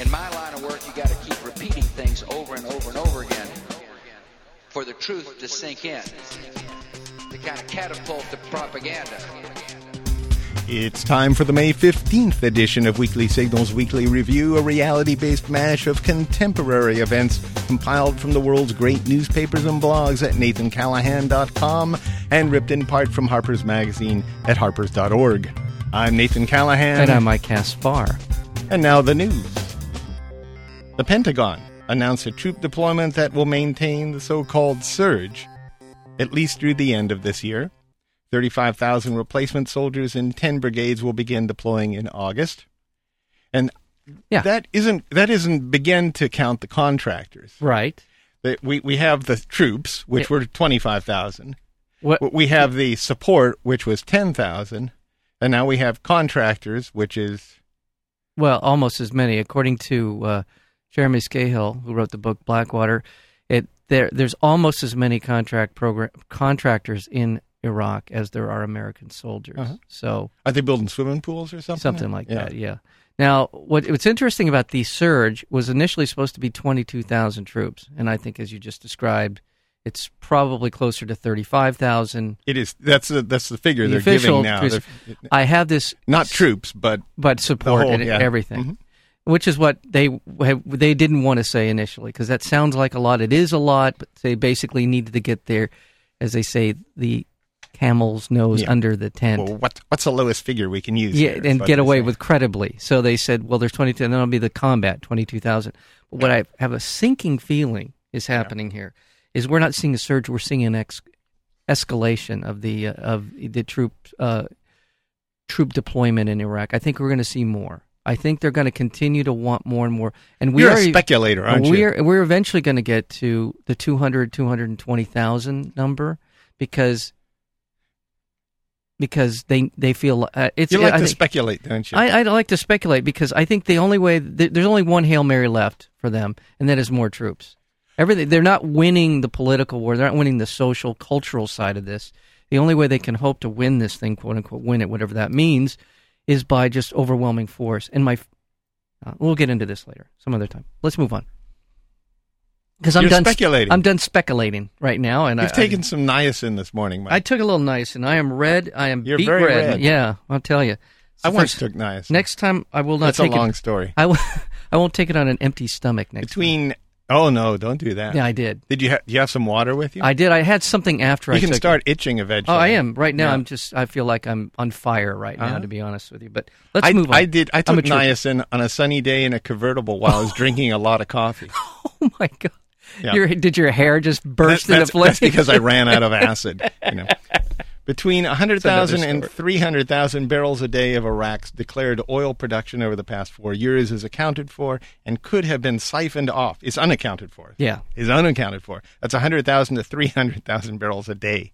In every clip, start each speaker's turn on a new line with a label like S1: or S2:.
S1: In my line of work, you got to keep repeating things over and over and over again for the truth to sink in, to kind of catapult the propaganda.
S2: It's time for the May 15th edition of Weekly Signals Weekly Review, a reality based mash of contemporary events compiled from the world's great newspapers and blogs at nathancallahan.com and ripped in part from Harper's Magazine at harpers.org. I'm Nathan Callahan.
S3: And I'm Mike Caspar.
S2: And now the news. The Pentagon announced a troop deployment that will maintain the so called surge, at least through the end of this year. 35,000 replacement soldiers in 10 brigades will begin deploying in August. And
S3: Yeah.
S2: that isn't that isn't begin to count the contractors.
S3: Right.
S2: That We we have the troops, which
S3: Yeah.
S2: were 25,000.
S3: What?
S2: We have the support, which was 10,000, and now we have contractors, which is
S3: Well, almost as many, according to uh, Jeremy Scahill, who wrote the book Blackwater. It there there's almost as many contract program contractors in Iraq as there are American soldiers.
S2: Uh-huh.
S3: So
S2: are they building swimming pools or something?
S3: something like
S2: Yeah.
S3: that. Yeah. Now, what what's interesting about the surge was initially supposed to be 22,000 troops, and I think as you just described, it's probably closer to 35,000.
S2: It is. That's the that's the figure
S3: The
S2: they're giving
S3: official
S2: now.
S3: is-
S2: They're-
S3: I have this
S2: not troops, but
S3: but support
S2: whole,
S3: and
S2: yeah.
S3: everything,
S2: Mhm.
S3: which is what they they didn't want to say initially because that sounds like a lot. It is a lot, but they basically needed to get there, as they say, the camel's nose
S2: Yeah.
S3: under the tent.
S2: well, what what's the lowest figure we can use?
S3: yeah,
S2: here, is
S3: and
S2: what
S3: get
S2: they're
S3: away
S2: saying.
S3: with credibly. So they said, "Well, there's 22, and that'll be the combat 22,000." But what I have a sinking feeling is happening here is we're not seeing a surge; we're seeing an ex- escalation of the uh, of the troop uh, troop deployment in Iraq. I think we're going to see more. I think they're going to continue to want more and more. And we
S2: You're
S3: are e-,
S2: a speculator, aren't you?
S3: we're we're eventually going to get to the 200 220,000 number because because they they feel uh, it's
S2: You like to
S3: I think-
S2: speculate, don't you?
S3: I, I'd like to speculate because I think the only way th- there's only one hail mary left for them, and that is more troops. Everything they're not winning the political war, they're not winning the social cultural side of this. The only way they can hope to win this thing, quote unquote, win it, whatever that means, is by just overwhelming force. And my, f- uh, we'll get into this later, some other time. Let's move on because I'm
S2: You're
S3: done sp-
S2: speculating.
S3: I'm done speculating right now, and
S2: You've
S3: I,
S2: taken some niacin this morning,
S3: I, I
S2: Mike.
S3: took a little nice, and I am red. I am
S2: You're
S3: beet
S2: very
S3: red.
S2: red.
S3: Yeah, I'll tell you.
S2: I, once
S3: First-
S2: took niacin.
S3: Next time, I will not
S2: that's a
S3: take
S2: long
S3: it.
S2: story.
S3: I will. I won't take it on an empty stomach next.
S2: Between oh no, don't do
S3: Time.
S2: that.
S3: Yeah, I did.
S2: Did you have you have some water with you?
S3: I did. I had something after
S2: you
S3: I
S2: can
S3: took
S2: start
S3: It.
S2: itching
S3: Oh,
S2: eventually.
S3: I am right now.
S2: Yeah.
S3: I'm just. I feel like I'm on fire right now,
S2: Uh-huh.
S3: to be honest with you. But let's
S2: I,
S3: move on.
S2: I did. I
S3: I'm a
S2: took
S3: trooper.
S2: niacin on a sunny day in a convertible while I was drinking a lot of coffee.
S3: Oh my god!
S2: Yeah.
S3: Your, did your hair just burst
S2: That-
S3: into
S2: that's,
S3: flames?
S2: that's because I ran out of acid. You know. Between 100,000
S3: That's another
S2: and
S3: story.
S2: 300,000 barrels a day of Iraq's declared oil production over the past four years is accounted for and could have been siphoned off. It's unaccounted for.
S3: Yeah.
S2: Is unaccounted for. That's 100,000 to 300,000 barrels a day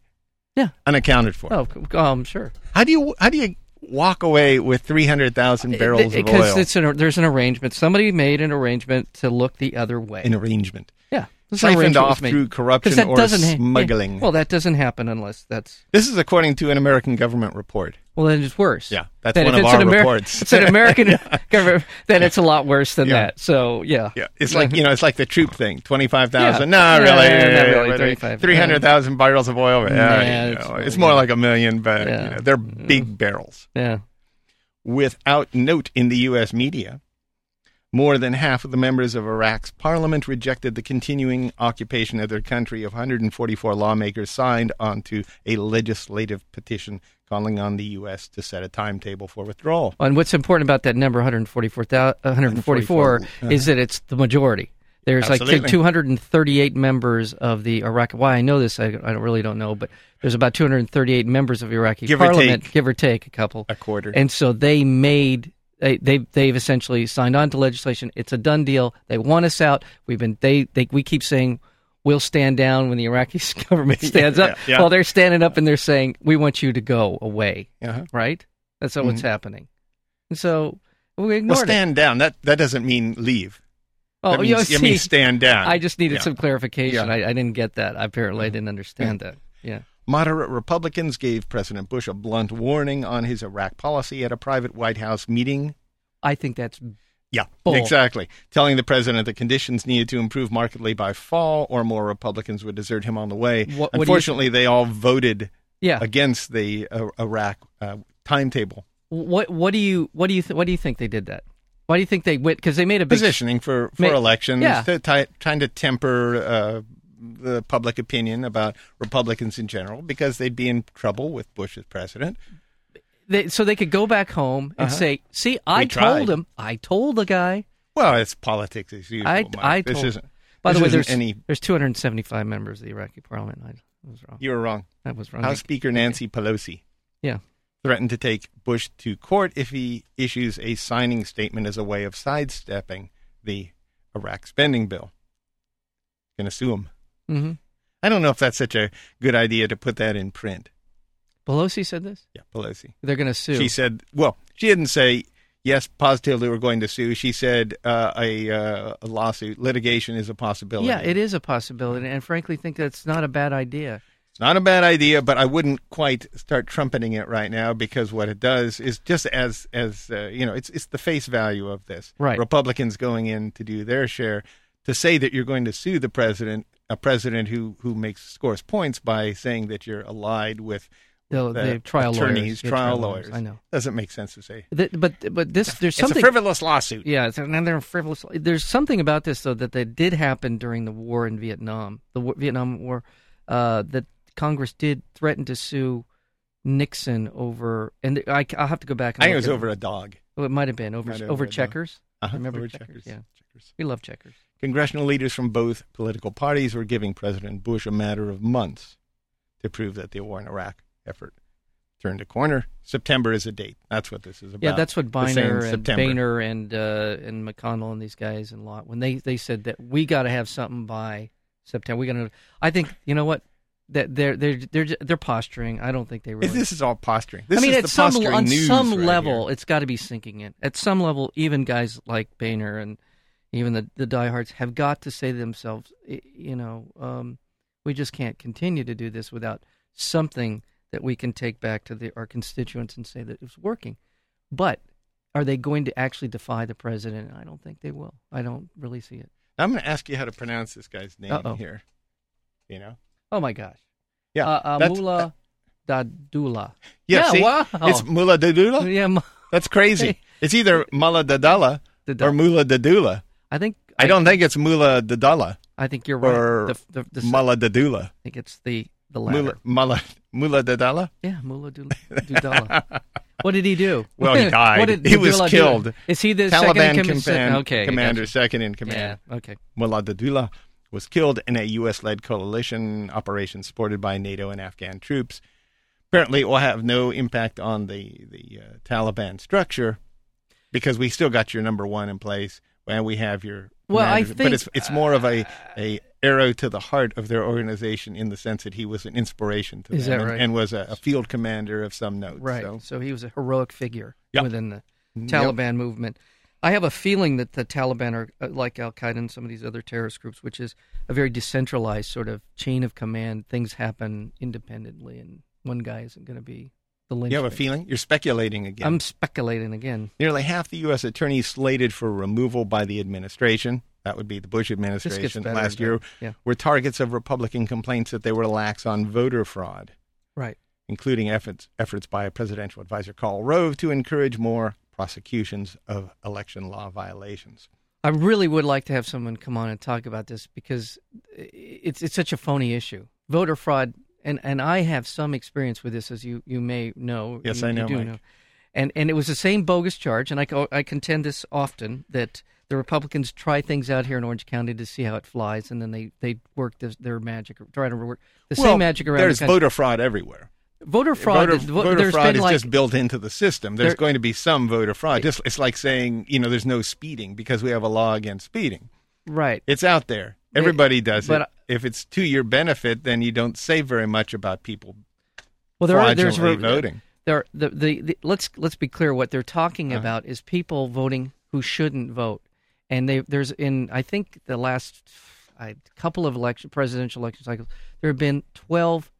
S3: Yeah.
S2: unaccounted for.
S3: Oh, c- um, sure.
S2: How do you how do you walk away with 300,000 barrels of
S3: Because
S2: oil?
S3: it's an, there's an arrangement. Somebody made an arrangement to look the other way.
S2: an arrangement.
S3: yeah. There's an
S2: siphoned
S3: arrangement
S2: off
S3: was made.
S2: through
S3: 'Cause
S2: corruption
S3: that
S2: or
S3: doesn't ha- yeah.
S2: smuggling.
S3: well, that doesn't happen unless that's
S2: This is according to an American government report.
S3: Well, then it's worse.
S2: Yeah, that's
S3: Then
S2: one
S3: if
S2: of
S3: it's an
S2: our
S3: Ameri-
S2: reports.
S3: it's an American government. Then it's a lot worse than
S2: Yeah.
S3: that. So yeah,
S2: Yeah, it's like you know, it's like the troop thing. Twenty five thousand.
S3: Mm-hmm. Yeah.
S2: No,
S3: Yeah,
S2: really,
S3: yeah, not really, 35.
S2: Three hundred thousand barrels of oil. Yeah,
S3: Nah,
S2: you know,
S3: it's
S2: it's,
S3: more
S2: more
S3: than-
S2: like a million, but you
S3: Yeah. Mm.
S2: know, they're big barrels.
S3: yeah.
S2: Without note in the U.S. media, more than half of the members of Iraq's parliament rejected the continuing occupation of their country. Of 144 lawmakers signed onto a legislative petition calling on the U.S. to set a timetable for withdrawal.
S3: And what's important about that number, 144, 144 is that it's the majority. There's
S2: Absolutely.
S3: like 238 members of the Iraqi. Why I know this, I, I don't- really don't know, but there's about 238 members of Iraqi
S2: Give or
S3: parliament,
S2: take.
S3: give or take a couple,
S2: A quarter.
S3: and so they made they, they they've essentially signed on to legislation. It's a done deal. They want us out. We've been they, they we keep saying we'll stand down when the Iraqi government stands up.
S2: yeah, yeah.
S3: Well, they're standing up and they're saying we want you to go away.
S2: Uh-huh.
S3: Right? That's what's happening. And so we ignored
S2: Mm-hmm. Well, stand down. That that doesn't mean leave.
S3: it. Oh,
S2: that means,
S3: you know,
S2: it means
S3: see,
S2: stand down.
S3: I just needed
S2: Yeah.
S3: some clarification.
S2: Yeah. Mm-hmm.
S3: I, I didn't get that. Apparently, I didn't understand that. Yeah.
S2: Moderate Republicans gave President Bush a blunt warning on his Iraq policy at a private White House meeting.
S3: I think that's
S2: Yeah,
S3: Bull.
S2: exactly. Telling the president that conditions needed to improve markedly by fall, or more Republicans would desert him on the way.
S3: What- what do you-
S2: Unfortunately, they all voted
S3: Yeah.
S2: against the uh, Iraq uh, timetable
S3: What What do you What do you th- What do you think they did that? Why do you think they went? Because they made a big
S2: positioning for for
S3: Ma-
S2: elections,
S3: yeah.
S2: to ti- trying to temper uh, the public opinion about Republicans in general, because they'd be in trouble with Bush as president.
S3: They, so they could go back home and say, "See, I
S2: We
S3: told
S2: Uh-huh. tried.
S3: him. I told the guy.
S2: Well, it's politics as usual.
S3: I
S2: Mike.
S3: I told."
S2: this
S3: him."
S2: isn't.
S3: By the
S2: this
S3: way,
S2: isn't
S3: there's
S2: any.
S3: there's 275 members of the Iraqi parliament. I was wrong.
S2: You were wrong.
S3: That was wrong.
S2: House Speaker Nancy Pelosi.
S3: yeah.
S2: threatened to take Bush to court if he issues a signing statement as a way of sidestepping the Iraq spending bill. Going to sue him.
S3: hmm
S2: I don't know if that's such a good idea to put that in print.
S3: Pelosi said this.
S2: Yeah, Pelosi.
S3: They're going to sue.
S2: She said, well, she didn't say yes, positively we're going to sue. She said uh, a, uh, a lawsuit, litigation is a possibility.
S3: yeah, it is a possibility, and frankly, think that's not a bad idea.
S2: It's not a bad idea, but I wouldn't quite start trumpeting it right now because what it does is just as as uh, you know, it's it's the face value of this.
S3: Right.
S2: Republicans going in to do their share to say that you're going to sue the president, a president who who makes scores points by saying that you're allied with
S3: The,
S2: uh,
S3: the trial
S2: attorneys,
S3: lawyers, Yeah,
S2: trial lawyers.
S3: I know.
S2: Doesn't make sense to say.
S3: Th- but but this there's something.
S2: It's a frivolous lawsuit.
S3: Yeah, it's another frivolous. There's something about this though that that did happen during the war in Vietnam, the war, Vietnam War, uh, that Congress did threaten to sue Nixon over, and I, will have to go back. And
S2: I think it
S3: look
S2: was
S3: at
S2: over a dog.
S3: Oh, it might have been over
S2: Might have
S3: over
S2: been, uh,
S3: checkers.
S2: Uh-huh,
S3: Remember
S2: over
S3: checkers?
S2: checkers.
S3: Yeah.
S2: checkers.
S3: We love checkers.
S2: Congressional leaders from both political parties were giving President Bush a matter of months to prove that the war in Iraq effort turned a corner. September is a date. That's what this is about.
S3: yeah, that's what
S2: The same
S3: Biner and
S2: September.
S3: Boehner and uh, and McConnell and these guys and Lot when they they said that we got to have something by September. We got to. I think you know what that they're they're they're they're posturing. I don't think they really.
S2: If This is all posturing. This
S3: I mean,
S2: is
S3: at
S2: the
S3: some
S2: posturing
S3: on
S2: news
S3: some
S2: right
S3: level,
S2: here.
S3: it's got to be sinking in. At some level, even guys like Boehner and even the the diehards have got to say to themselves, "Y- you know, um, we just can't continue to do this without something that we can take back to the, our constituents and say that it's working. But are they going to actually defy the president? I don't think they will. I don't really see it.
S2: I'm going to ask you how to pronounce this guy's name
S3: Uh-oh.
S2: here. You know?
S3: Oh my gosh,
S2: Yeah.
S3: uh, uh,
S2: that's- uh,
S3: Mullah Dadullah.
S2: yeah,
S3: yeah,
S2: see?
S3: wow.
S2: It's Mullah Dadula.
S3: yeah, mu-
S2: That's crazy. It's either Mullah Dadala
S3: Dadal-
S2: or Mullah Dadula.
S3: I think
S2: I don't think it's Mullah Dadala
S3: I think you're right.
S2: or
S3: the, the, the,
S2: Mullah Dadula.
S3: I think it's the the latter.
S2: Mullah, Mullah, Mullah Dadala?
S3: Yeah, Mullah Dul- Dudallah. what did he do?
S2: Well, he died.
S3: What did
S2: He was
S3: Dudallah do?
S2: killed.
S3: Is he the
S2: Taliban
S3: second in command?
S2: command,
S3: okay,
S2: commander,
S3: gotcha.
S2: second in command,
S3: Yeah, okay.
S2: Mullah Dadullah, was killed in a U.S. led coalition operation supported by NATO and Afghan troops. Apparently, it will have no impact on the, the uh, Taliban structure because we still got your number one in place and we have your.
S3: Well, I
S2: commander.
S3: think- uh,
S2: But it's, it's more of a, a arrow to the heart of their organization in the sense that he was an inspiration to
S3: Is
S2: them
S3: that
S2: and,
S3: right?
S2: and was a, a field commander of some note.
S3: Right. So.
S2: So.
S3: he was a heroic figure
S2: Yeah.
S3: within the Taliban movement. I have a feeling that the Taliban are uh, like Al Qaeda and some of these other terrorist groups, which is a very decentralized sort of chain of command. Things happen independently, and one guy isn't going to be the
S2: You have a
S3: linchpin.
S2: feeling? You're speculating again.
S3: I'm speculating again.
S2: Nearly half the U.S. attorneys slated for removal by the administration, that would be the Bush
S3: This gets
S2: administration
S3: better,
S2: last
S3: but-
S2: year,
S3: Yeah.
S2: were targets of Republican complaints that they were lax on voter fraud,
S3: Right.
S2: including efforts, efforts by presidential advisor Karl Rove to encourage more prosecutions of election law violations.
S3: I really would like to have someone come on and talk about this because it's it's such a phony issue. Voter fraud, and, and I have some experience with this, as you, you may know.
S2: Yes,
S3: You-
S2: I
S3: you
S2: know,
S3: do
S2: Mike.
S3: And and it was the same bogus charge, and I co- I contend this often that the Republicans try things out here in Orange County to see how it flies, and then they they work this, their magic, try to work the
S2: Well,
S3: same magic around
S2: There's
S3: the country.
S2: voter fraud everywhere.
S3: voter fraud.
S2: voter,
S3: is- vo-
S2: voter
S3: there's
S2: fraud
S3: been
S2: is
S3: like
S2: just built into the system. There's
S3: There-
S2: going to be some voter fraud. Just, it's like saying, you know, there's no speeding because we have a law against speeding.
S3: right.
S2: It's out there.
S3: It-
S2: Everybody does
S3: but-
S2: it. If it's to your benefit, then you don't say very much about people
S3: Well, there are there's
S2: fraudulently
S3: re-
S2: voting.
S3: there the, the, the let's let's be clear what they're talking
S2: Uh-huh.
S3: about is people voting who shouldn't vote and they there's in i think the last I, couple of election presidential election cycles there have been 12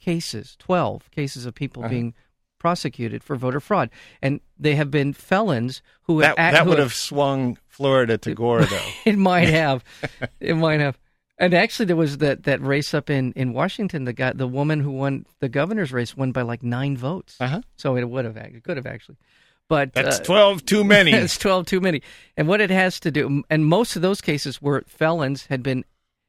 S3: cases 12 cases of people
S2: Uh-huh.
S3: being prosecuted for voter fraud, and they have been felons who
S2: That,
S3: have,
S2: that
S3: who
S2: would have swung Florida to Gore, though.
S3: it might have. it might have. And actually, there was that, that race up in, in Washington. The guy, the woman who won the governor's race, won by like nine votes.
S2: Uh-huh.
S3: So it would have. act- It could have actually. But
S2: That's
S3: uh,
S2: 12 too many.
S3: it's twelve too many. And what it has to do, and most of those cases were felons had been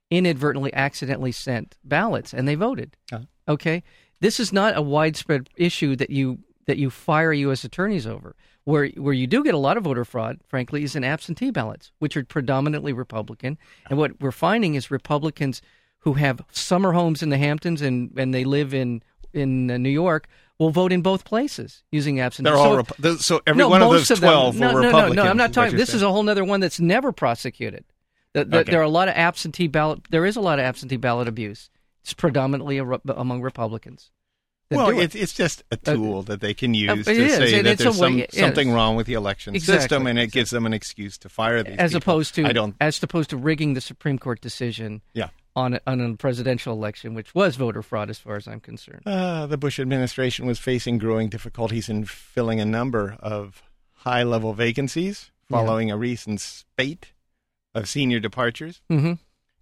S3: inadvertently, accidentally sent ballots, and they voted.
S2: Uh-huh.
S3: Okay, this is not a widespread issue that you that you fire U.S. attorneys over. Where where you do get a lot of voter fraud, frankly, is in absentee ballots, which are predominantly Republican. And what we're finding is Republicans who have summer homes in the Hamptons and and they live in in uh, New York will vote in both places using absentee.
S2: They're all
S3: So-
S2: Rep- th- so every one of
S3: most
S2: those 12
S3: no,
S2: were
S3: no,
S2: Republican.
S3: No, no, I'm
S2: is
S3: not
S2: what
S3: talking.
S2: you're
S3: This
S2: saying.
S3: is a whole nother one that's never prosecuted. The, the,
S2: Okay.
S3: There are a lot of absentee ballot. There is a lot of absentee ballot abuse. It's predominantly a, re- among Republicans. that
S2: well,
S3: do it.
S2: it's, it's just a tool that they can use to
S3: uh, it is,
S2: say
S3: and
S2: that
S3: it's
S2: there's
S3: a way-
S2: some,
S3: it is.
S2: something wrong with the election
S3: Exactly,
S2: system, and it gives them an excuse to fire these
S3: as
S2: people.
S3: opposed to
S2: I don't.
S3: as opposed to rigging the Supreme Court decision
S2: Yeah.
S3: on a, on a presidential election, which was voter fraud, as far as I'm concerned.
S2: Uh, the Bush administration was facing growing difficulties in filling a number of high level vacancies
S3: Yeah.
S2: following a recent spate of senior departures.
S3: hmm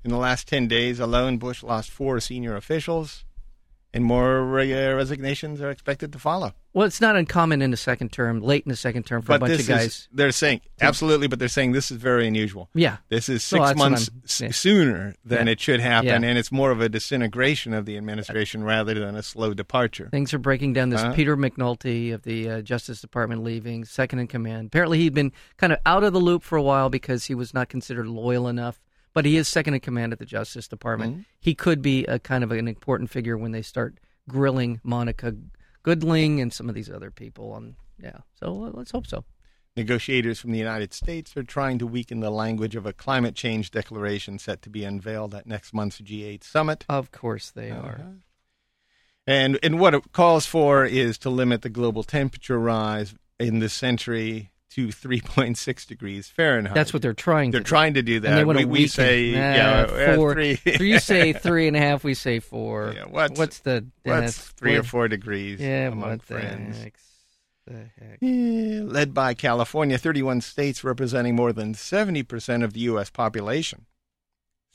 S2: In the last 10 days alone, Bush lost four senior officials, and more re- uh, resignations are expected to follow.
S3: Well, it's not uncommon in the second term, late in the second term, for a
S2: but
S3: bunch
S2: this
S3: of guys.
S2: is, they're saying, absolutely, but they're saying this is very unusual.
S3: yeah,
S2: This is
S3: No,
S2: six
S3: that's what
S2: months
S3: I'm-
S2: s-
S3: yeah.
S2: sooner than
S3: Yeah.
S2: it should happen,
S3: Yeah.
S2: and it's more of a disintegration of the administration rather than a slow departure.
S3: Things are breaking down. This
S2: Uh-huh.
S3: Peter McNulty of the uh, Justice Department leaving, second in command. Apparently, he'd been kind of out of the loop for a while because he was not considered loyal enough. But he is second in command at the Justice Department.
S2: Mm-hmm.
S3: He could be a kind of an important figure when they start grilling Monica Goodling and some of these other people. On yeah, so well, let's hope so.
S2: Negotiators from the United States are trying to weaken the language of a climate change declaration set to be unveiled at next month's G8 summit.
S3: Of course they
S2: Uh-huh.
S3: are.
S2: And and what it calls for is to limit the global temperature rise in this century to 3.6 degrees Fahrenheit.
S3: That's what they're trying.
S2: they're
S3: to do.
S2: trying to do that.
S3: And they want
S2: we,
S3: to
S2: we say
S3: weaken.
S2: yeah,
S3: Ah,
S2: uh,
S3: four.
S2: three.
S3: you say three and a half. We say four.
S2: Yeah, what's-
S3: the
S2: What's
S3: that's-
S2: three or
S3: what-
S2: four degrees
S3: Yeah,
S2: among
S3: what the
S2: friends?
S3: heck? The heck?
S2: Yeah, Eh, led by California, 31 states representing more than 70% of the U.S. population.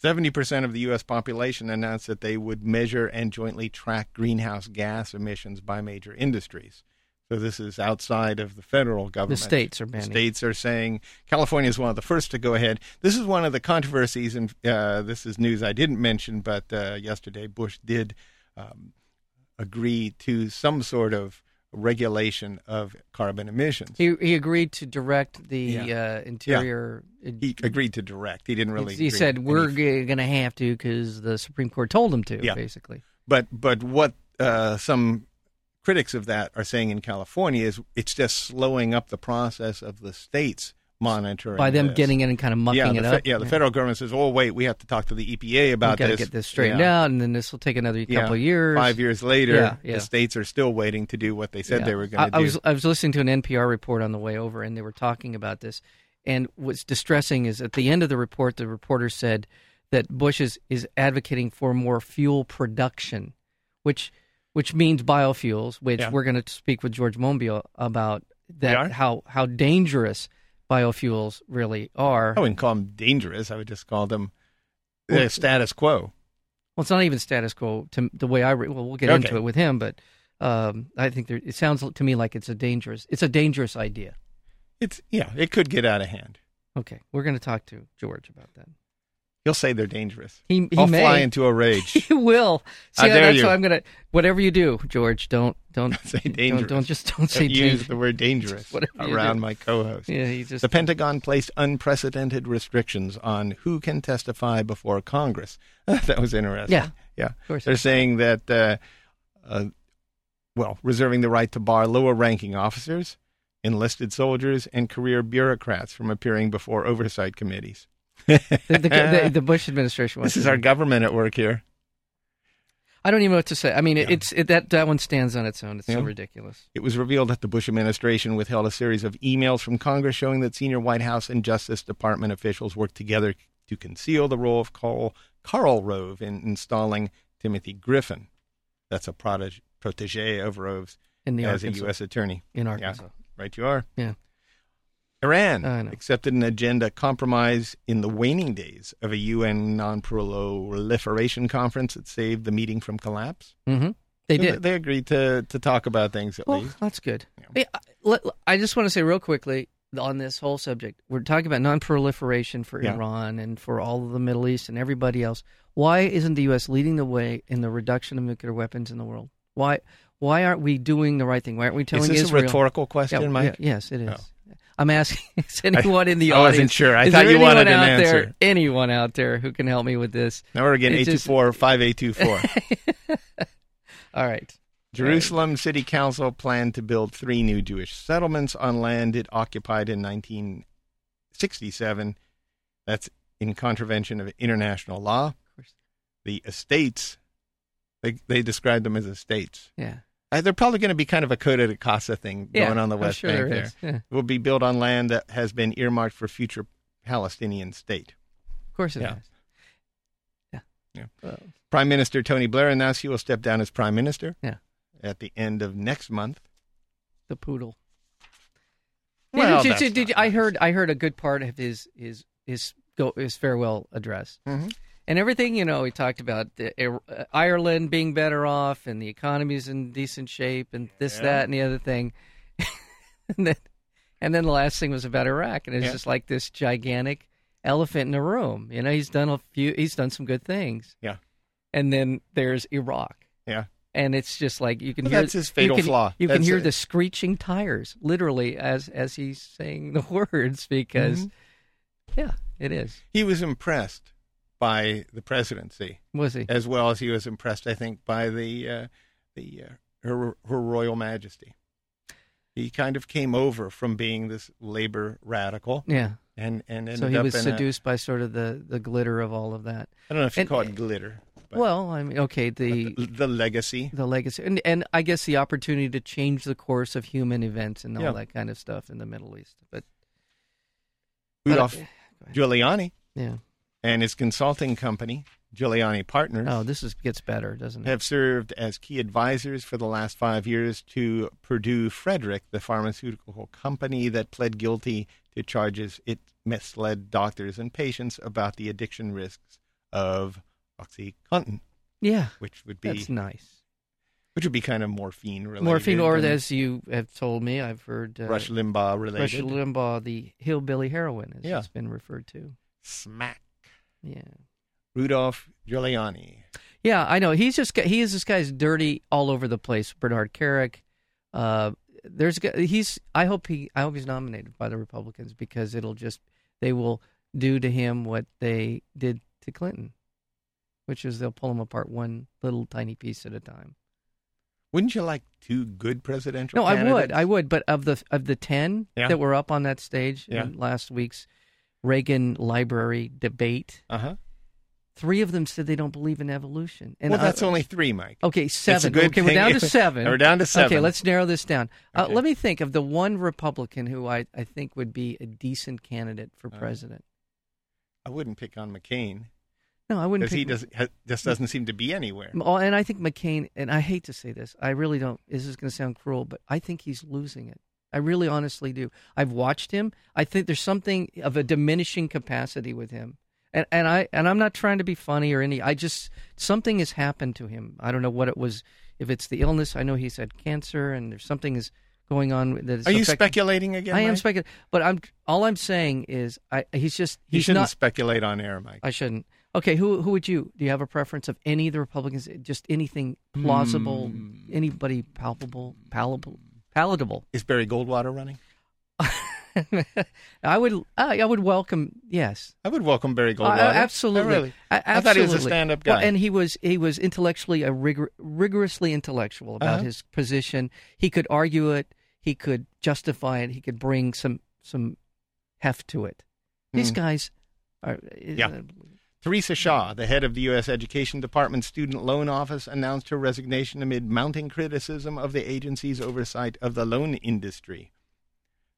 S2: 70% of the U.S. population announced that they would measure and jointly track greenhouse gas emissions by major industries. So this is outside of the federal
S3: The
S2: government.
S3: states are
S2: The
S3: banning.
S2: states are saying California is one of the first to go ahead. This is one of the controversies, and uh, this is news I didn't mention, but uh, yesterday Bush did um, agree to some sort of regulation of carbon emissions. He,
S3: He he agreed to direct the uh, interior.
S2: agreed to direct. He didn't really.
S3: he
S2: agree
S3: said
S2: to
S3: we're
S2: any-
S3: going to have to because the Supreme Court told him to.
S2: Yeah.
S3: Basically,
S2: But but what uh, some critics of that are saying in California is it's just slowing up the process of the states monitoring
S3: by them
S2: this.
S3: getting in and kind of mucking
S2: yeah,
S3: it
S2: the
S3: up.
S2: fe- yeah, the federal government says, "Oh, wait, we have to talk to the EPA
S3: we
S2: about
S3: got to
S2: this.
S3: get this straightened
S2: Yeah.
S3: out, and then this will take another
S2: Yeah.
S3: couple of years.
S2: Five years later,
S3: Yeah, yeah.
S2: the states are still waiting to do what they said
S3: Yeah.
S2: they were going
S3: I,
S2: to
S3: I
S2: do.
S3: was I was listening to an NPR report on the way over, and they were talking about this. And what's distressing is at the end of the report, the reporter said that Bush is, is advocating for more fuel production, which which means biofuels. Which
S2: Yeah.
S3: we're going to speak with George Monbiot about
S2: are?
S3: that how how dangerous biofuels really are.
S2: I wouldn't call them dangerous. I would just call them the status quo.
S3: Well, it's not even status quo to the way I re- well, we'll get
S2: Okay.
S3: into it with him, but um, I think there, it sounds to me like it's a dangerous it's a dangerous idea.
S2: It's yeah, it could get out of hand.
S3: Okay, we're going to talk to George about that.
S2: He'll say they're dangerous.
S3: He, he
S2: I'll
S3: may.
S2: fly into a rage.
S3: He will.
S2: I
S3: See,
S2: dare
S3: that's
S2: you.
S3: why I'm gonna. Whatever you do, George, don't don't
S2: Say
S3: Don't,
S2: dangerous.
S3: don't just don't say
S2: Don't use
S3: dangerous.
S2: the word dangerous
S3: Whatever you
S2: around
S3: do.
S2: my co-host.
S3: Yeah, he just
S2: The Pentagon placed unprecedented restrictions on who can testify before Congress. that was interesting.
S3: Yeah.
S2: Yeah.
S3: of course.
S2: They're saying that, uh, uh, well, reserving the right to bar lower ranking officers, enlisted soldiers, and career bureaucrats from appearing before oversight committees.
S3: The, the, the, the Bush administration.
S2: this
S3: Wants
S2: is
S3: to-
S2: our government at work here.
S3: I don't even know what to say. I mean, it,
S2: Yeah.
S3: it's it, that that one stands on its own. It's so
S2: Yeah.
S3: ridiculous.
S2: It was revealed that the Bush administration withheld a series of emails from Congress showing that senior White House and Justice Department officials worked together to conceal the role of Carl, Karl Rove in installing Timothy Griffin. That's a protege, protege of Rove's
S3: in the
S2: as a
S3: Arkansas,
S2: U.S. attorney.
S3: in
S2: Yeah.
S3: Arkansas.
S2: Right, you are.
S3: Yeah.
S2: Iran
S3: I know.
S2: accepted an agenda compromise in the waning days of a UN non proliferation conference that saved the meeting from collapse.
S3: hmm They
S2: So
S3: did.
S2: They agreed to, to talk about things at
S3: Well,
S2: least.
S3: Oh, that's good. Hey, I- let- I just want to say real quickly on this whole subject, we're talking about non-proliferation for
S2: Yeah.
S3: Iran and for all of the Middle East and everybody else. Why isn't the U.S. leading the way in the reduction of nuclear weapons in the world? Why why aren't we doing the right thing? Why aren't we telling
S2: Is this
S3: Israel?
S2: a rhetorical
S3: Yeah,
S2: question,
S3: yeah,
S2: Mike? Oh.
S3: yes, it is. I'm asking is anyone in the
S2: I
S3: audience?
S2: wasn't sure. I
S3: is
S2: thought
S3: there
S2: you wanted
S3: anyone
S2: an
S3: out There,
S2: answer.
S3: anyone out there who can help me with this?
S2: Now we're again
S3: It just-
S2: 824 5824.
S3: All right.
S2: Jerusalem City Council planned to build three new Jewish settlements on land it occupied in 1967. That's in contravention of international law.
S3: course.
S2: The estates, they, they describe them as estates.
S3: Yeah.
S2: Uh, they're probably going to be kind of a Coda de Casa thing
S3: Yeah,
S2: going on the
S3: I'm
S2: West
S3: sure
S2: Bank
S3: there
S2: there.
S3: is. Yeah.
S2: Will be built on land that has been earmarked for future Palestinian state.
S3: Of course it is.
S2: Yeah.
S3: Yeah.
S2: Yeah.
S3: Well,
S2: Prime Minister Tony Blair announced he will step down as Prime Minister
S3: yeah.
S2: at the end of next month.
S3: the poodle.
S2: Well,
S3: did, you-
S2: that's
S3: did, did,
S2: not
S3: I
S2: nice.
S3: heard I heard a good part of his his his go his farewell address
S2: Mhm.
S3: and everything. You know, he talked about the, uh, Ireland being better off and the economy's in decent shape and this that and the other thing. and then and then the last thing was about Iraq and it's
S2: Yeah.
S3: just like this gigantic elephant in the room. You know, he's done a few he's done some good things.
S2: Yeah.
S3: And then there's Iraq.
S2: Yeah.
S3: And it's just like you can
S2: Well,
S3: hear
S2: that's his fatal
S3: you can,
S2: flaw.
S3: You can
S2: That's
S3: hear
S2: it.
S3: the screeching tires, literally, as as he's saying the words because,
S2: Mm-hmm.
S3: yeah, it is.
S2: He was impressed by the presidency
S3: Was he?
S2: as well as he was impressed, I think, by the uh, the uh, her, her royal majesty. He kind of came over from being this labor radical
S3: Yeah.
S2: and and ended
S3: So he
S2: up
S3: was
S2: in
S3: seduced by sort of the the glitter of all of that.
S2: I I don't know if you
S3: and-
S2: call it glitter. But,
S3: well, I mean, okay,
S2: but
S3: the
S2: the, the legacy.
S3: the legacy, and and I guess the opportunity to change the course of human events and all
S2: Yeah.
S3: that kind of stuff in the Middle East. But but-
S2: Rudolph Giuliani
S3: yeah.
S2: and his consulting company, Giuliani Partners.
S3: Oh, this is gets better, doesn't it?
S2: have served as key advisors for the last five years to Purdue Frederick, the pharmaceutical company that pled guilty to charges it misled doctors and patients about the addiction risks of OxyContin,
S3: Yeah.
S2: which would be
S3: That's nice.
S2: which would be kind of morphine related,
S3: Morphine, or
S2: and
S3: as you have told me, I've heard uh,
S2: Rush Limbaugh related,
S3: Rush Limbaugh, the hillbilly heroin, as
S2: Yeah.
S3: it's been referred to.
S2: smack
S3: Yeah,
S2: Rudolph Giuliani.
S3: yeah, I know. He's just he is this guy's dirty all over the place. Bernard Carrick. Uh, there's g- he's. I hope he. I hope he's nominated by the Republicans because it'll just they will do to him what they did to Clinton, which is they'll pull him apart one little tiny piece at a time.
S2: Wouldn't you like two good presidential?
S3: No, I would,
S2: candidates?
S3: I would. But of the of the ten
S2: Yeah.
S3: that were up on that stage
S2: Yeah.
S3: in last week's Reagan Library debate,
S2: Uh huh.
S3: three of them said they don't believe in evolution. And
S2: Well,
S3: I-
S2: that's only three, Mike.
S3: okay. Seven.
S2: good
S3: okay, we're
S2: thing
S3: down to
S2: if-
S3: seven.
S2: We're down to
S3: Okay,
S2: seven.
S3: let's narrow this down. Uh,
S2: Okay.
S3: Let me think of the one Republican who I, I think would be a decent candidate for
S2: Uh,
S3: president.
S2: I wouldn't pick on McCain.
S3: No, I wouldn't.
S2: because he
S3: Pick,
S2: doesn't ha- just doesn't seem to be anywhere.
S3: Oh, and I think McCain. And I hate to say this. I really don't. This is going to sound cruel, but I think he's losing it. I really, honestly do. I've watched him. I think there's something of a diminishing capacity with him. And, and I and I'm not trying to be funny or any. I just something has happened to him. I don't know what it was. If it's the illness, I know he's had cancer, and there's something is going on that is.
S2: Are you
S3: affecting-
S2: speculating again?
S3: I am
S2: Mike?
S3: speculating, but I'm all I'm saying is I he's just
S2: You
S3: he's
S2: shouldn't
S3: not.
S2: speculate on air, Mike.
S3: I shouldn't. Okay, who who would you? Do you have a preference of any of the Republicans? Just anything plausible,
S2: Hmm.
S3: anybody palpable, palatable, palatable.
S2: Is Barry Goldwater running?
S3: I would uh, I, I would welcome yes.
S2: I would welcome Barry
S3: Uh,
S2: Goldwater.
S3: absolutely.
S2: I, really,
S3: A-
S2: I thought he was a
S3: absolutely.
S2: stand-up
S3: Well,
S2: guy.
S3: and he was he was intellectually a rigor, rigorously intellectual about
S2: Uh-huh.
S3: his position. He could argue it, he could justify it, he could bring some some heft to it. These
S2: Mm.
S3: guys are uh,
S2: Yeah. Theresa Shaw, the head of the U.S. Education Department's Student Loan Office, announced her resignation amid mounting criticism of the agency's oversight of the loan industry.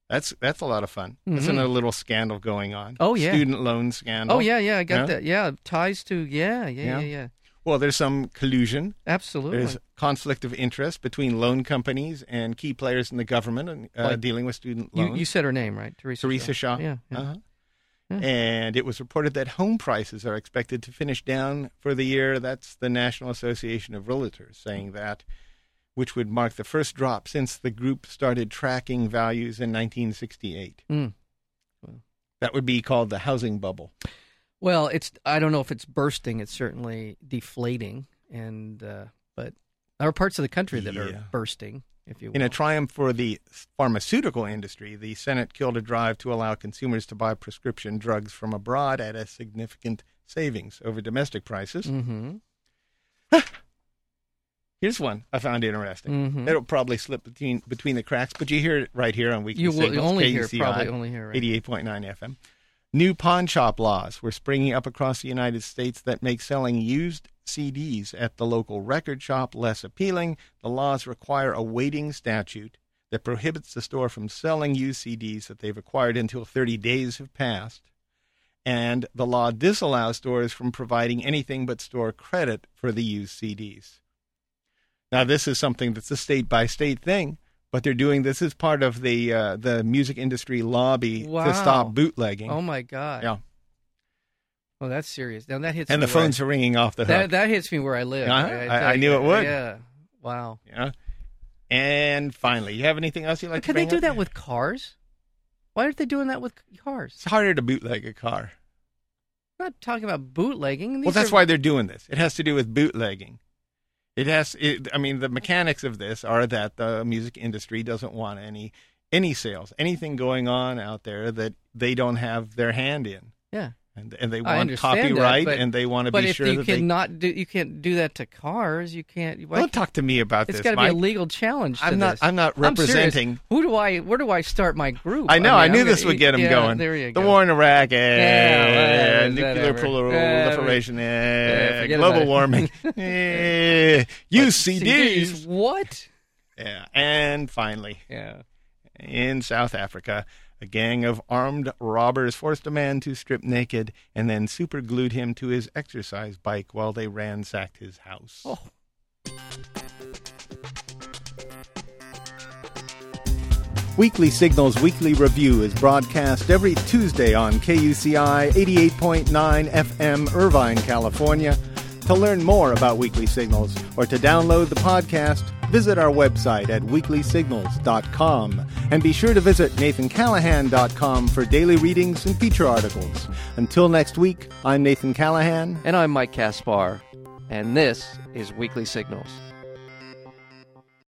S2: That's that's a lot of fun. That's
S3: Mhm.
S2: another little scandal going on.
S3: Oh, yeah.
S2: student loan scandal.
S3: Oh yeah, yeah, I got
S2: Yeah?
S3: that. Yeah, ties to yeah, yeah, yeah,
S2: Yeah.
S3: yeah.
S2: Well, there's some collusion.
S3: Absolutely.
S2: There's conflict of interest between loan companies and key players in the government and, uh,
S3: Like-
S2: dealing with student
S3: you,
S2: loans.
S3: you said her name, right? Teresa,
S2: Teresa Shaw.
S3: Yeah. yeah.
S2: Uh-huh. And it was reported that home prices are expected to finish down for the year. That's the National Association of Realtors saying that, which would mark the first drop since the group started tracking values in 1968.
S3: Mm.
S2: That would be called the housing bubble.
S3: Well, it's I don't know if it's bursting. It's certainly deflating, and uh, but there are parts of the country that
S2: Yeah.
S3: are bursting. If you will.
S2: In a triumph for the pharmaceutical industry, the Senate killed a drive to allow consumers to buy prescription drugs from abroad at a significant savings over domestic prices.
S3: hmm
S2: Here's one I found interesting.
S3: Mhm.
S2: It'll probably slip between between the cracks, but you hear it right here on weekly.
S3: You will- you
S2: Signals, E
S3: only hear-
S2: KUCI,
S3: probably only hear, right.
S2: 88.9 FM. New pawn shop laws were springing up across the United States that make selling used CDs at the local record shop less appealing. The laws require a waiting statute that prohibits the store from selling used CDs that they've acquired until 30 days have passed. And the law disallows stores from providing anything but store credit for the used CDs. Now, this is something that's a state by state thing, but they're doing this as part of the uh, the music industry lobby
S3: Wow.
S2: to stop bootlegging.
S3: Oh my God!
S2: yeah,
S3: Well, that's serious. Now that hits
S2: and
S3: me
S2: the
S3: where I-
S2: phones are ringing off the hook.
S3: that that hits me where I live.
S2: Uh-huh.
S3: tell
S2: I- I
S3: you.
S2: knew it would.
S3: Yeah. Wow.
S2: yeah. And finally, you have anything else you like?
S3: But
S2: to
S3: could they
S2: bring
S3: do
S2: up?
S3: that with cars? Why aren't they doing that with cars?
S2: It's harder to bootleg a car.
S3: I'm not talking about bootlegging.
S2: well,
S3: These
S2: that's
S3: are-
S2: why they're doing this. It has to do with bootlegging. It has. It, I mean, the mechanics of this are that the music industry doesn't want any any sales, anything going on out there that they don't have their hand in,
S3: Yeah.
S2: and and they
S3: I
S2: want
S3: understand that,
S2: copyright,
S3: but-
S2: and they want to
S3: but
S2: be
S3: if
S2: sure
S3: you
S2: that they
S3: cannot do, you can't do that to cars. You can't. Why
S2: Don't talk to me about
S3: It's
S2: this,
S3: got to be
S2: Mike.
S3: a legal challenge. to
S2: I'm not-
S3: this.
S2: I'm not
S3: serious.
S2: representing-
S3: Who do I? Where do I start my group?
S2: I know.
S3: mean,
S2: I,
S3: I'm
S2: knew
S3: gonna-
S2: this would get him
S3: yeah,
S2: going.
S3: There you
S2: the
S3: go.
S2: war in Iraq, eh,
S3: Yeah, well,
S2: nuclear
S3: whatever.
S2: proliferation,
S3: Yeah,
S2: eh,
S3: forget about
S2: global
S3: it.
S2: warming, eh,
S3: CDs.
S2: UCDs.
S3: What?
S2: Yeah. And finally,
S3: Yeah.
S2: in South Africa, a gang of armed robbers forced a man to strip naked and then superglued him to his exercise bike while they ransacked his house.
S3: Oh.
S2: Weekly Signals Weekly Review is broadcast every Tuesday on KUCI 88.9 FM, Irvine, California. To learn more about Weekly Signals or to download the podcast, visit our website at weeklysignals.com. And be sure to visit nathancallahan.com for daily readings and feature articles. Until next week, I'm Nathan Callahan.
S4: And I'm Mike Kaspar, and this is Weekly Signals.